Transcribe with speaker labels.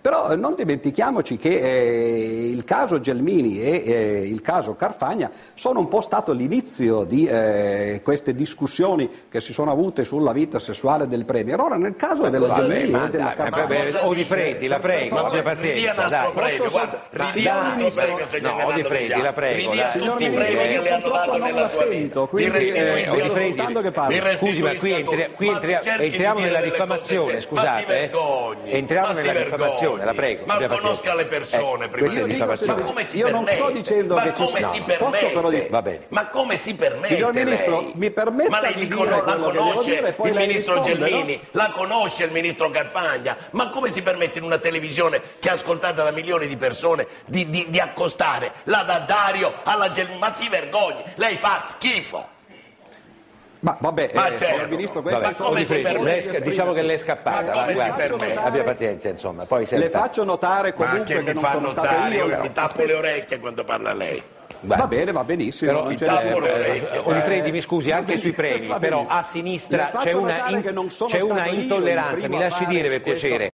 Speaker 1: Però eh, non dimentichiamoci che eh, il caso Gelmini e eh, il caso Carfagna sono un po' stato l'inizio di eh, queste discussioni che si sono avute sulla vita sessuale del Premier. Ora nel caso della
Speaker 2: Gelmini,
Speaker 1: Gelmini e
Speaker 2: dai,
Speaker 1: della
Speaker 2: ma-
Speaker 1: Carfagna...
Speaker 2: vabbè,
Speaker 3: cosa
Speaker 2: Eh, o
Speaker 3: dice?
Speaker 2: di Freddi, la prego,
Speaker 3: Per
Speaker 2: abbia
Speaker 3: favore,
Speaker 2: pazienza,
Speaker 3: ridia
Speaker 2: dai.
Speaker 3: l'altro premio,
Speaker 1: Posso
Speaker 3: guarda,
Speaker 1: soltanto-
Speaker 3: ridia
Speaker 1: Ma dai,
Speaker 3: l'altro premio
Speaker 2: no,
Speaker 3: che gliene hanno
Speaker 2: Di
Speaker 3: dato
Speaker 2: Freddi,
Speaker 3: gli
Speaker 2: la
Speaker 3: altri.
Speaker 2: prego,
Speaker 3: Ridia
Speaker 2: dai.
Speaker 3: tutti i
Speaker 2: Signor
Speaker 3: premi che
Speaker 2: Ministro,
Speaker 3: le hanno
Speaker 1: purtroppo
Speaker 3: dato
Speaker 1: non
Speaker 3: nella
Speaker 1: la
Speaker 3: sua
Speaker 1: sento,
Speaker 3: vita.
Speaker 1: quindi,
Speaker 3: Li
Speaker 1: eh,
Speaker 3: restituisca
Speaker 1: voglio
Speaker 3: tutti.
Speaker 1: soltanto che parli.
Speaker 3: Li restituisca
Speaker 2: Scusi, ma qui
Speaker 3: tutti.
Speaker 2: entri- qui
Speaker 3: Ma
Speaker 2: entria-
Speaker 3: cerchi di
Speaker 2: entriamo
Speaker 3: dire
Speaker 2: nella
Speaker 3: delle cose
Speaker 2: diffamazione,
Speaker 3: serie.
Speaker 2: scusate,
Speaker 3: Ma si
Speaker 2: eh.
Speaker 3: vergogni,
Speaker 2: Entriamo
Speaker 3: ma si
Speaker 2: nella diffamazione,
Speaker 3: vergogni.
Speaker 2: la prego,
Speaker 3: Ma
Speaker 2: abbia pazienza.
Speaker 3: conosca le persone
Speaker 2: Eh, questa
Speaker 3: prima
Speaker 2: è
Speaker 3: di
Speaker 1: dico
Speaker 2: diffamazione.
Speaker 3: Ma
Speaker 1: semplice-
Speaker 3: come si
Speaker 1: io non sto
Speaker 3: permette?
Speaker 1: dicendo
Speaker 3: Ma
Speaker 1: che ci
Speaker 3: come
Speaker 1: sta.
Speaker 3: si
Speaker 1: Posso però
Speaker 3: permette?
Speaker 1: dire-
Speaker 2: Va bene.
Speaker 3: Ma come si permette?
Speaker 1: Signor Ministro,
Speaker 3: lei?
Speaker 1: mi permetta
Speaker 3: Ma lei
Speaker 1: di
Speaker 3: dico,
Speaker 1: dire
Speaker 3: no, la
Speaker 1: quello che devo
Speaker 3: conosce
Speaker 1: dire e poi
Speaker 3: il
Speaker 1: lei
Speaker 3: ministro
Speaker 1: risponde,
Speaker 3: Gelmini, la conosce il ministro Carfagna. Ma come si permette in una televisione che è ascoltata da milioni di persone di, di- di accostare la da Dario alla Gelmini? Ma si vergogni, lei fa schifo.
Speaker 1: Ma vabbè,
Speaker 3: Ma
Speaker 1: eh,
Speaker 3: certo.
Speaker 1: signor Ministro,
Speaker 3: Ma
Speaker 1: questi
Speaker 2: Vabbè,
Speaker 1: sono
Speaker 3: come
Speaker 1: i
Speaker 3: si
Speaker 1: suoi
Speaker 3: permette?
Speaker 1: modi di
Speaker 2: lei sca- diciamo che lei è
Speaker 1: esprimersi.
Speaker 2: scappata,
Speaker 3: Ma
Speaker 2: va,
Speaker 3: come si
Speaker 2: guarda,
Speaker 3: permette?
Speaker 2: abbia pazienza, insomma, poi
Speaker 1: Le
Speaker 2: senta.
Speaker 1: faccio notare
Speaker 3: Ma
Speaker 1: comunque
Speaker 3: che
Speaker 1: che,
Speaker 3: mi
Speaker 1: non
Speaker 3: fa
Speaker 1: sono stato
Speaker 3: notare,
Speaker 1: io.
Speaker 3: io mi tappo le orecchie quando parla lei.
Speaker 2: Guarda.
Speaker 1: Va bene, va benissimo.
Speaker 2: Però
Speaker 1: non
Speaker 2: il
Speaker 1: c'è nessun
Speaker 3: tappo le
Speaker 1: problema.
Speaker 3: orecchie,
Speaker 1: Eh,
Speaker 2: Onifredi, mi scusi, anche sui premi,
Speaker 1: Va
Speaker 2: però
Speaker 1: benissimo.
Speaker 2: a sinistra
Speaker 1: Le
Speaker 2: c'è
Speaker 1: faccio
Speaker 2: una,
Speaker 1: notare che non sono
Speaker 2: c'è una
Speaker 1: stato io il
Speaker 2: intolleranza,
Speaker 1: primo
Speaker 2: mi
Speaker 1: a
Speaker 2: lasci
Speaker 1: fare
Speaker 2: dire per
Speaker 1: questo.
Speaker 2: piacere.